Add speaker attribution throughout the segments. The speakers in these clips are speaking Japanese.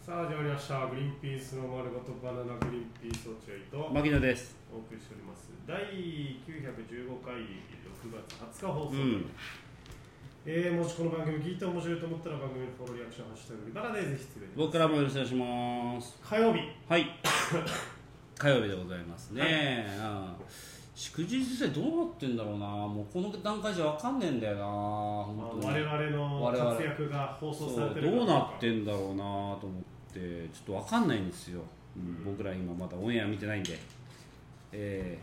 Speaker 1: さあ始まりましたグリーンピースの丸ごとバナナグリーンピース落合と
Speaker 2: 牧野です。
Speaker 1: お送りしております第915回6月20日放送、
Speaker 2: うん。
Speaker 1: えーもしこの番組聞いて面白いと思ったら番組のフォローリアクション「ハッシュタググリバナ」でぜひつぶやいて
Speaker 2: 僕からもよろしくお願いします。
Speaker 1: 火曜日
Speaker 2: はい。火曜日でございますね。うん祝日ってどうなってんだろうな。もうこの段階じゃわかんねえんだよな。
Speaker 1: まあ
Speaker 2: 本当に。
Speaker 1: 我々
Speaker 2: 我々
Speaker 1: の活躍が放送さ
Speaker 2: そ
Speaker 1: れて
Speaker 2: う
Speaker 1: る
Speaker 2: どう
Speaker 1: か
Speaker 2: なってんだろうなと思ってちょっとわかんないんですよ。うん僕ら今まだオンエア見てないんで。え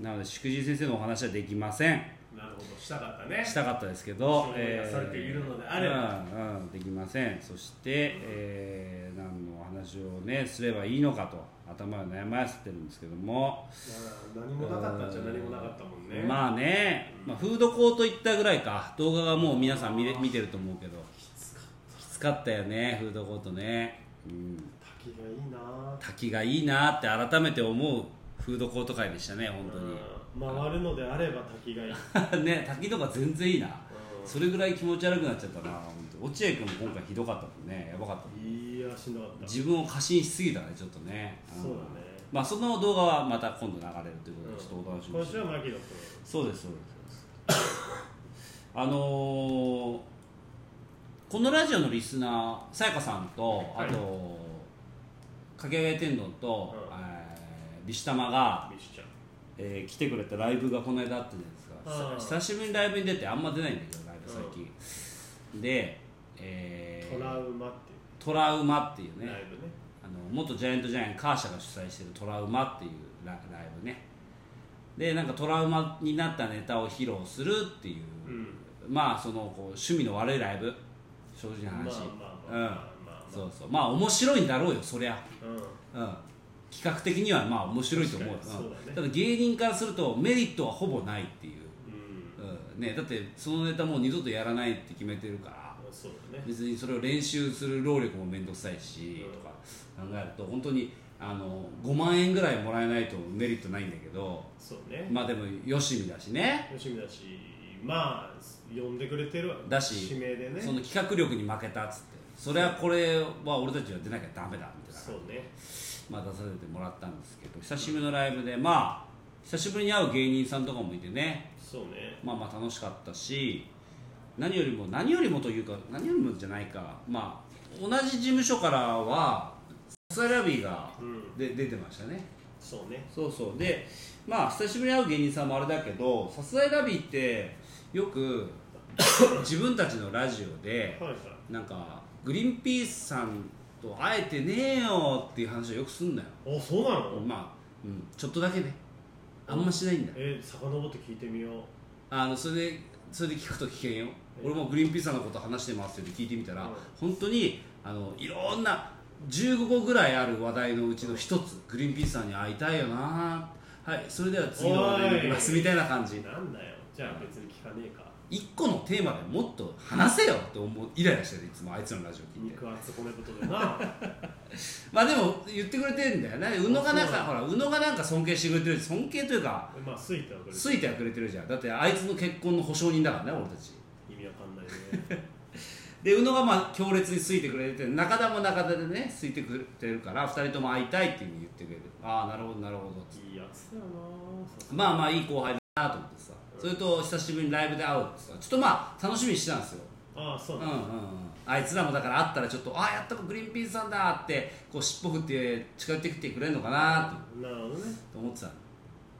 Speaker 2: ーなので祝日先生のお話はできません。
Speaker 1: なるほどしたかったね
Speaker 2: したかったですけど
Speaker 1: 証、明がされているのであれば
Speaker 2: うんうんできませんそして、えー何のお話をねすればいいのかと頭を悩ませてるんですけども、
Speaker 1: まあ何もなかったっちゃ何もなかったもんね、
Speaker 2: まあね、まあ、フードコート行ったぐらいか動画がもう皆さん見れ見てると思うけど
Speaker 1: きつかった
Speaker 2: きつかったよねフードコートね、うん、
Speaker 1: 滝がいいな
Speaker 2: 滝がいいなって改めて思うフードコート界でしたね本
Speaker 1: うん回るのであれば 滝がいい、
Speaker 2: 当にね滝とか全然いいなそれぐらい気持ち悪くなっちゃったな本当落合君も今回ひどかったもんねやばかった
Speaker 1: いやしんどかった
Speaker 2: 自分を過信しすぎたねちょっとねん
Speaker 1: そうだね
Speaker 2: まあその動画はまた今度流れるということで、ちょっとお楽しみ
Speaker 1: 今
Speaker 2: にして
Speaker 1: 週は牧野君
Speaker 2: そうですそうですそうです あのーこのラジオのリスナーさやかさんとあと、かけあげ天丼と、
Speaker 1: うん
Speaker 2: えービシタマが、
Speaker 1: ミシちゃん
Speaker 2: えー来てくれたライブがこの間あったじゃないですか
Speaker 1: うん
Speaker 2: 久しぶりにライブに出てあんま出ないんだけどライブ最近、で、えー
Speaker 1: トラウマっていう
Speaker 2: トラウマっていうね、
Speaker 1: ライブね
Speaker 2: あの元ジャイアントジャイアンカーシャが主催しているトラウマっていうラライブねでなんかトラウマになったネタを披露するっていう
Speaker 1: う、ん
Speaker 2: まあそのこう趣味の悪いライブ正直な
Speaker 1: まあまあ
Speaker 2: 話
Speaker 1: まあまあまあ
Speaker 2: うんそうそうまあ面白いんだろうよそりゃ
Speaker 1: うん
Speaker 2: うん企画的にはまあ面白いと思うよ
Speaker 1: 確かにそうだね
Speaker 2: んただ芸人からするとメリットはほぼないっていう、
Speaker 1: うん
Speaker 2: うんね、だってそのネタもう二度とやらないって決めてるから
Speaker 1: そうだね
Speaker 2: 別にそれを練習する労力も面倒くさいし
Speaker 1: うん
Speaker 2: とか考えると本当にあの5万円ぐらいもらえないとメリットないんだけど
Speaker 1: そうね
Speaker 2: まあでもよしみだしね
Speaker 1: 吉見だしまあ呼んでくれてるわけ
Speaker 2: だし
Speaker 1: 指名でね
Speaker 2: その企画力に負けたっつってそれはこれは俺たちは出なきゃダメだみたい
Speaker 1: そ
Speaker 2: な
Speaker 1: うね
Speaker 2: まあ出させてもらったんですけど久しぶりのライブでまあ久しぶりに会う芸人さんとかもいてね
Speaker 1: そうね
Speaker 2: まあまあ楽しかったし何よりも何よりもというか何よりもじゃないかまあ同じ事務所からはスラビーが
Speaker 1: うん
Speaker 2: で出てましたね
Speaker 1: そうね
Speaker 2: そうそうでまあ久しぶりに会う芸人さんもあれだけど「さすらいラビー」ってよく 自分たちのラジオで
Speaker 1: はいはい
Speaker 2: なんかグリーンピースさんと会えてねえよっていう話をよくすんだよ
Speaker 1: あそうなの
Speaker 2: まあ、うん、ちょっとだけねあんましないんだ
Speaker 1: え遡って聞いてみよう
Speaker 2: あのそれでそれで聞くと危険よ、
Speaker 1: え
Speaker 2: 俺もグリーンピースさんのこと話してますって聞いてみたら、
Speaker 1: うん
Speaker 2: 本当にあのいろんな15個ぐらいある話題のうちの一つグリーンピースさんに会いたいよなはいそれでは次の話題に行きます
Speaker 1: おい
Speaker 2: みたいな感じ
Speaker 1: なんだよじゃあ別に聞かねえか
Speaker 2: 1個のテーマでもっと話せよって思うイライラしてるいつもあいつのラジオ聞いて
Speaker 1: 肉厚骨太で な
Speaker 2: まあでも言ってくれてんだよね宇野がなん
Speaker 1: そう
Speaker 2: かほら宇野がなんか尊敬してくれてる尊敬というか
Speaker 1: まあすいてはくれ
Speaker 2: 好いてはくれてるじゃんだってあいつの結婚の保証人だからね俺たち
Speaker 1: 意味わかんないね
Speaker 2: で宇野がまあ強烈に好いてくれて中田も中田でね好いてくれてるから2人とも会いたいっていうふうに言ってくれてああなるほどなるほどつって
Speaker 1: いいやつだよな
Speaker 2: まあまあいい後輩だなと思ってさそれと久しぶりにライブで会うってさちょっとまあ楽しみにしてたんですよ
Speaker 1: ああそううんな
Speaker 2: うんん
Speaker 1: だ、
Speaker 2: うんあいつらもだから会ったらちょっとああやったグリーンピースさんだってこう尻尾振って近寄ってきてくれるのかなと
Speaker 1: なるほどね
Speaker 2: と思ってたの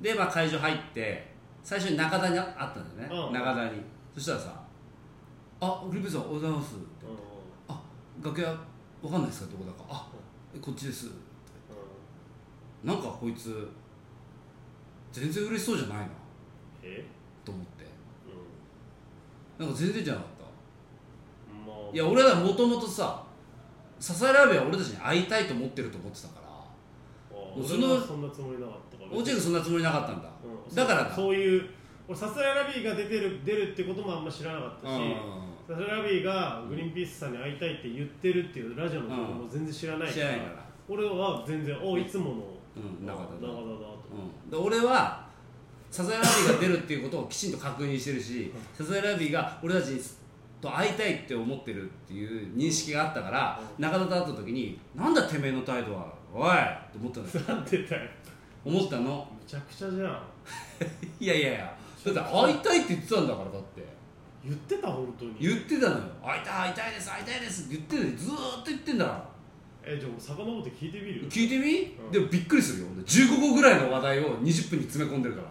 Speaker 2: で、まあ、会場入って最初に中田に会ったんだよね、
Speaker 1: うん
Speaker 2: 中田にそしたらさ「あグリーンピースさんおはようございます」って
Speaker 1: うん
Speaker 2: あ楽屋わかんないですかどこだかあえこっちです
Speaker 1: うん
Speaker 2: なんかこいつ全然嬉しそうじゃないな
Speaker 1: え
Speaker 2: と思って
Speaker 1: う
Speaker 2: なんか全然じゃなかっ
Speaker 1: んも
Speaker 2: た
Speaker 1: う
Speaker 2: いや俺らもともとさ支えられは俺たちに会いたいと思ってると思ってたから
Speaker 1: 俺
Speaker 2: その
Speaker 1: はそんなつもりなかったから
Speaker 2: 落合君そんなつもりなかったんだ、
Speaker 1: うん
Speaker 2: だからだ
Speaker 1: そうそういう俺さすらいラビーが出てる出るってこともあんま知らなかったしさすらいラビーがグリーンピースさんに会いたいって言ってるっていうラジオのことも全然知らない
Speaker 2: 知
Speaker 1: から
Speaker 2: らないから
Speaker 1: 俺は全然おいつもの、
Speaker 2: うん中田だ
Speaker 1: 中田だと
Speaker 2: うん、で俺はサザエラビーが出るっていうことをきちんと確認してるしサザエラビーが俺たちにと会いたいって思ってるっていう認識があったから、中田と会った時に「なんだてめえの態度はおい!」って思ったんですよ
Speaker 1: なんて言ったよ
Speaker 2: 思ったの
Speaker 1: めちゃくちゃじゃん
Speaker 2: いやいやいやだって会いたいって言ってたんだからだって
Speaker 1: 言ってた本当に
Speaker 2: 言ってたのよ「会いたい会いたいです会いたいです」って言ってるのにずーっと言ってんだから
Speaker 1: えじゃあもう遡って聞いてみる
Speaker 2: 聞いてみ、
Speaker 1: うん
Speaker 2: でもびっくりするよ15個ぐらいの話題を20分に詰め込んでるから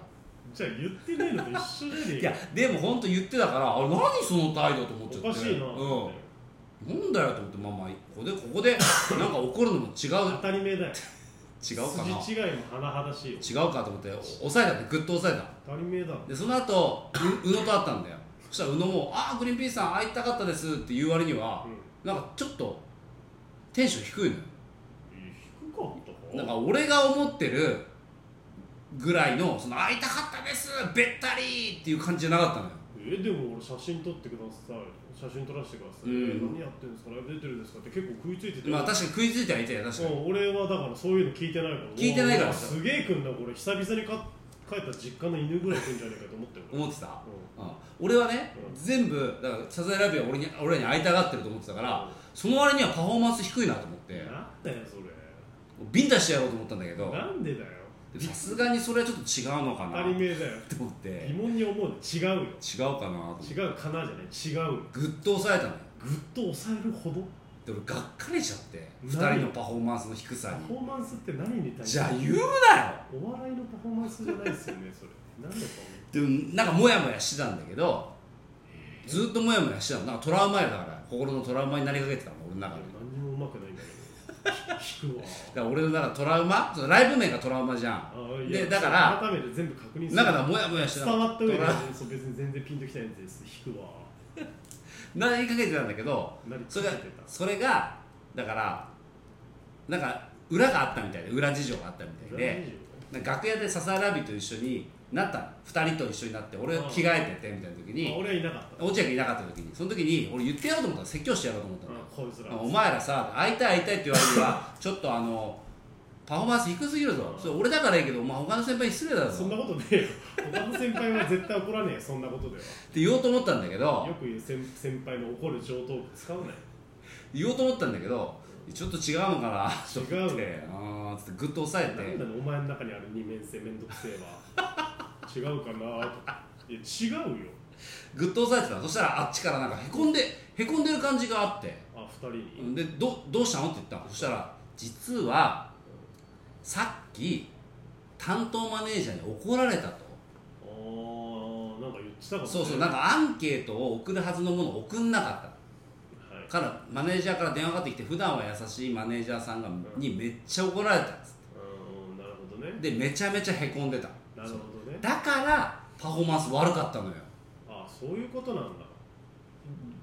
Speaker 1: じゃあ言ってないのと一緒じゃね え
Speaker 2: いや
Speaker 1: か
Speaker 2: でも本当言ってたからあれ何その態度と思っちゃって
Speaker 1: おかしいな、
Speaker 2: うんなんだよと思ってまあまあここでここで なんか怒るのも違う
Speaker 1: 当たり前だよ
Speaker 2: 違うかな
Speaker 1: 筋違いも甚だしいよ
Speaker 2: 違うかと思ってお抑えたってグッと抑えた
Speaker 1: 当たり前だ
Speaker 2: でその後う宇野と会ったんだよそしたら宇野も「ああグリーンピースさん会いたかったです」って言う割には
Speaker 1: うん
Speaker 2: なんかちょっとテンション低いのよ
Speaker 1: 低かった
Speaker 2: なんか俺が思ってるぐらいの「その会いたかったですべったり!」っていう感じじゃなかったのよ
Speaker 1: えでも俺写真撮ってください写真撮らせてください、
Speaker 2: うん
Speaker 1: え何やってるんですかライブ出てるんですかって結構食いついてて、
Speaker 2: まあ確かに食いついてはいたよ確かに
Speaker 1: うん俺はだからそういうの聞いてないから
Speaker 2: 聞いてないから
Speaker 1: うわすげえくんだこれ久々にか帰った実家の犬ぐらいくんじゃねえかと思ってるうん
Speaker 2: 思ってたうん俺はね、
Speaker 1: うん
Speaker 2: 全部だからサザエラビは俺に俺らに会いたがってると思ってたから、
Speaker 1: うん
Speaker 2: その割にはパフォーマンス低いなと思って
Speaker 1: なんだよそ
Speaker 2: ビンタしてやろうと思ったんだけ
Speaker 1: れ
Speaker 2: ど
Speaker 1: なんでだよ
Speaker 2: さすがにそれはちょっと違うのか
Speaker 1: 当
Speaker 2: な
Speaker 1: た
Speaker 2: と
Speaker 1: り前だよ
Speaker 2: 思って
Speaker 1: 疑問に思うの違うよ
Speaker 2: 違うかなと思って
Speaker 1: 違うかなじゃない違うよ
Speaker 2: グッと抑えたのよ
Speaker 1: ぐっと抑えるほど
Speaker 2: で俺がっかりしちゃって
Speaker 1: 何
Speaker 2: 2人のパフォーマンスの低
Speaker 1: パ
Speaker 2: さ
Speaker 1: フ
Speaker 2: に
Speaker 1: ォーマンスって何に対して
Speaker 2: じゃあ言うなよ
Speaker 1: お笑いのパフォーマンスじゃないですよねそれ何だと思う
Speaker 2: でもなんかモヤモヤしてたんだけどずっとモヤモヤしてたのなんかトラウマやだから心のトラウマになりかけてたの俺の中で
Speaker 1: 何にもうまくないんだけど聞くわ
Speaker 2: だから俺の中でトラウマそのライブ名がトラウマじゃん
Speaker 1: あいや
Speaker 2: でだから
Speaker 1: 改めて全部確認する
Speaker 2: だからモヤモヤしてた
Speaker 1: 伝わった上で
Speaker 2: トラ
Speaker 1: そう別に全然ピンときたいんです引くわ
Speaker 2: なりかけてたんだけど
Speaker 1: なり
Speaker 2: そ
Speaker 1: 続
Speaker 2: れ
Speaker 1: け
Speaker 2: が
Speaker 1: て
Speaker 2: それがだからなんか裏があったみたいで裏事情があったみた
Speaker 1: た
Speaker 2: いでなんか楽屋で笹ラビと一緒になったの2人と一緒になって俺
Speaker 1: うん
Speaker 2: 着替えててみたいな時
Speaker 1: まあ
Speaker 2: に
Speaker 1: 俺はいなかった
Speaker 2: 落合がいなかった時にその時に俺言ってやろうと思ったの説教してやろうと思ったの
Speaker 1: あこいつら
Speaker 2: お前らさ会いたい会いたいって言われるにはちょっとあのパフォーマンス低すぎるぞ
Speaker 1: うん
Speaker 2: それ俺だからいいけどお前他の先輩に失礼だぞ
Speaker 1: そん
Speaker 2: っ
Speaker 1: なことねえよ他の先輩は絶対怒らねえよそんなことで
Speaker 2: て言おうと思ったんだけど
Speaker 1: はよく言う先先輩の怒る上等部使うなよ
Speaker 2: 言おうと思ったんだけどちょっと違うのかなと思
Speaker 1: 違
Speaker 2: っ
Speaker 1: う
Speaker 2: てあーちょっとグッと抑え
Speaker 1: な
Speaker 2: て
Speaker 1: んだねお前の中にある二面性めんどくせえわ違うかなといや違うよ
Speaker 2: グッと押さえてたそしたらあっちからなんかへこんでへこんでる感じがあって
Speaker 1: あ二人に
Speaker 2: でどどうしたのって言ったのそしたら実はさっき担当マネージャーに怒られたと
Speaker 1: あーなんか言ってたかもね
Speaker 2: そうそうなん
Speaker 1: は
Speaker 2: かアンケートを送るはずのものを送んなかった
Speaker 1: い
Speaker 2: からマネージャーから電話がかかってきて普段は優しいマネージャーさんがにめっちゃ怒られたんです
Speaker 1: うんなるほどね
Speaker 2: でめちゃめちゃへこんでた
Speaker 1: なるほどね
Speaker 2: だからパフォーマンス悪かったのよ
Speaker 1: あそういうことなんだ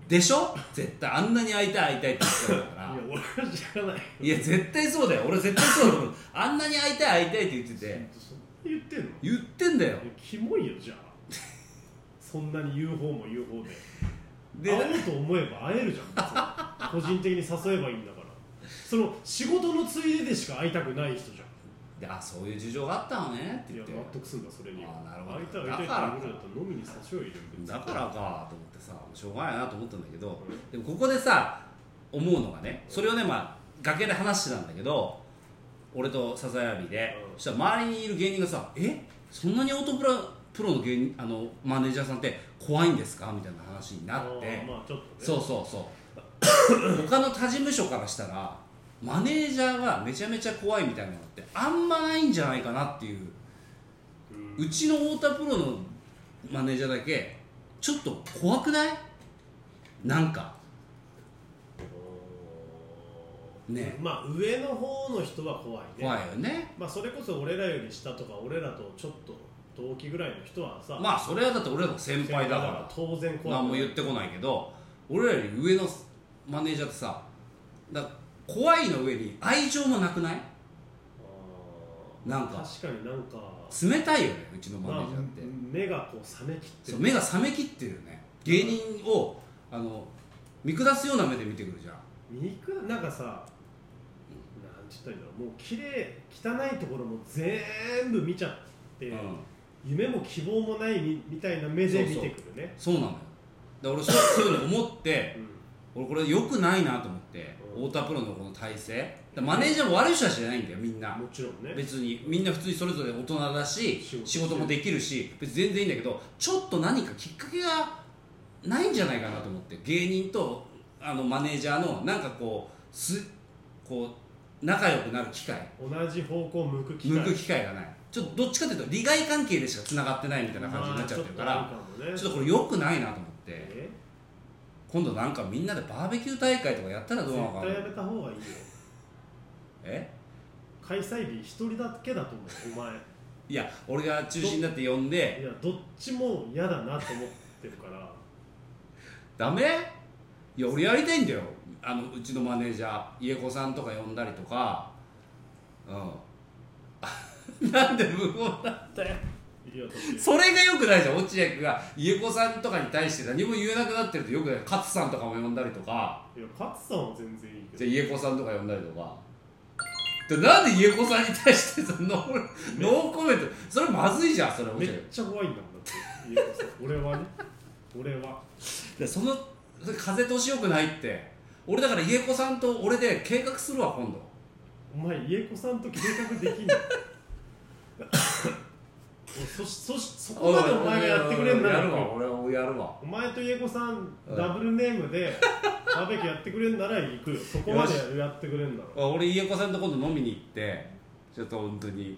Speaker 2: でしょ絶対あんなに会いたい会いたいって言ってたんだ
Speaker 1: い
Speaker 2: か
Speaker 1: や俺は知らない
Speaker 2: らいや絶対そうだよ俺絶対そうだよあんなに会いたい会いたいって言ってて
Speaker 1: そんな言ってんのい
Speaker 2: 言ってんだよ
Speaker 1: やキモいよじゃあそんなに言う方も言う方で
Speaker 2: で
Speaker 1: 会おうと思えば会えるじゃん別に個人的に誘えばいいんだからその仕事のついででしか会いたくない人じゃ
Speaker 2: であそういう事情があったのねって
Speaker 1: ん
Speaker 2: 言
Speaker 1: いや
Speaker 2: って
Speaker 1: 納得すんだそれに
Speaker 2: あなるほど
Speaker 1: 会いたい会いたいって言うぐらいだったら飲みに差しを入れる別に
Speaker 2: だからかと思ってさしょうがないなと思ったんだけど
Speaker 1: うん
Speaker 2: でもここでさ思うのがねそれをねまあ崖で話してたんだけど俺と笹谷で
Speaker 1: うん
Speaker 2: そしたら周りにいる芸人がさ「えそんなにオートプロプロの芸人あのマネージャーさんって怖いんですか?」みたいな話になって、
Speaker 1: あーまあちょっとね
Speaker 2: そうそうそう他の他事務所からしたらマネージャーがめちゃめちゃ怖いみたいなのってあんまないんじゃないかなっていう
Speaker 1: うん
Speaker 2: うちの太田プロのマネージャーだけちょっと怖くないなんかね
Speaker 1: まあ上の方の人は怖いね
Speaker 2: 怖いよね
Speaker 1: まあそれこそ俺らより下とか俺らとちょっと同期ぐらいの人はさ
Speaker 2: まあそれはだって俺らの先輩だから
Speaker 1: 当然怖い
Speaker 2: 何も言ってこないけど俺らより上のマネージャーってさだから怖いの上に愛情もなくない
Speaker 1: あー
Speaker 2: なんか
Speaker 1: 確かになんか
Speaker 2: 冷たいよねうちのマネージャーって、
Speaker 1: まあ目がこう冷めきって
Speaker 2: そう
Speaker 1: る
Speaker 2: 目が覚めきってるよね芸人をあの見下すような目で見てくるじゃん
Speaker 1: 肉なんかさなんちったらいいんだろうもう綺麗汚いところも全部見ちゃって、
Speaker 2: うん
Speaker 1: 夢も希望もないみみたいな目で見てくるね
Speaker 2: そうなのよで俺そうそういうふうに思って
Speaker 1: うん
Speaker 2: 俺これ良くないなと思って
Speaker 1: うん
Speaker 2: 太田プロのこの体制だからマネージャーも悪い人はじゃないんだよみんな
Speaker 1: もちろんね
Speaker 2: 別にみんな普通にそれぞれ大人だし
Speaker 1: 仕事
Speaker 2: 仕事もできるし別に全然いいんだけどちょっと何かきっかけがないんじゃないかなと思って芸人とあのマネージャーのなんかこうすこう仲良くなる機会
Speaker 1: 同じ方向を向く機
Speaker 2: 向
Speaker 1: 会
Speaker 2: く機会がないちょっとどっちかというと利害関係でしかつながってないみたいな感じになっちゃってるから、
Speaker 1: まあちょっとあるかもね
Speaker 2: ちょっとこれ良くないなと思って
Speaker 1: え
Speaker 2: 今度なんかみんなでバーベキュー大会とかやったらどうなの
Speaker 1: 絶
Speaker 2: かな
Speaker 1: 対やめた方がいいよ
Speaker 2: え
Speaker 1: 開催日一人だけだと思うお前
Speaker 2: いや俺が中心になって呼んで
Speaker 1: いやどっちも嫌だなと思ってるから
Speaker 2: ダメいや俺やりたいんだよあのうちのマネージャー家子さんとか呼んだりとかうん なんで無謀なんだよ
Speaker 1: いやだって
Speaker 2: それがよくないじゃん落合君が家子さんとかに対して何も言えなくなってるとよくない勝さんとかも呼んだりとか
Speaker 1: いや勝さんは全然いいけ
Speaker 2: じ
Speaker 1: ど
Speaker 2: ゃあ家子さんとか呼んだりとかでなんで家子さんに対してそのノーノーコメントそれまずいじゃんそれ
Speaker 1: め
Speaker 2: 落
Speaker 1: っ
Speaker 2: 合君
Speaker 1: ちゃ怖いんだもんだって家康さん俺はね俺は
Speaker 2: でそのそれ風通しよくないって俺だから家子さんと俺で計画するわ今度
Speaker 1: お前家子さんと計画できんのおそしそしそこまでお前がやってくれんな
Speaker 2: や
Speaker 1: ら
Speaker 2: るわ俺はやるわ
Speaker 1: お前と家子さん
Speaker 2: うん
Speaker 1: ダブルネームでバーベキューやってくれんなら行くよそこま
Speaker 2: よ
Speaker 1: でやってくれんなら
Speaker 2: 俺家子さんと今度飲みに行ってちょっと本当に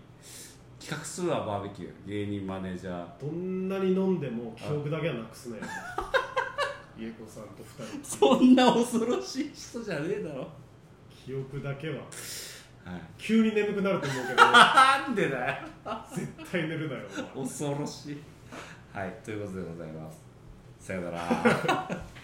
Speaker 2: 企画するわバーベキュー芸人マネージャー
Speaker 1: どんなに飲んでも記憶だけはなくす なよ家子さんと二人
Speaker 2: そんな恐ろしい人じゃねえだろ
Speaker 1: 記憶だけは
Speaker 2: はい
Speaker 1: 急に眠くなると思うけど
Speaker 2: なんでだよ
Speaker 1: 絶対寝るなよお前
Speaker 2: 恐ろしいはいということでございますさよなら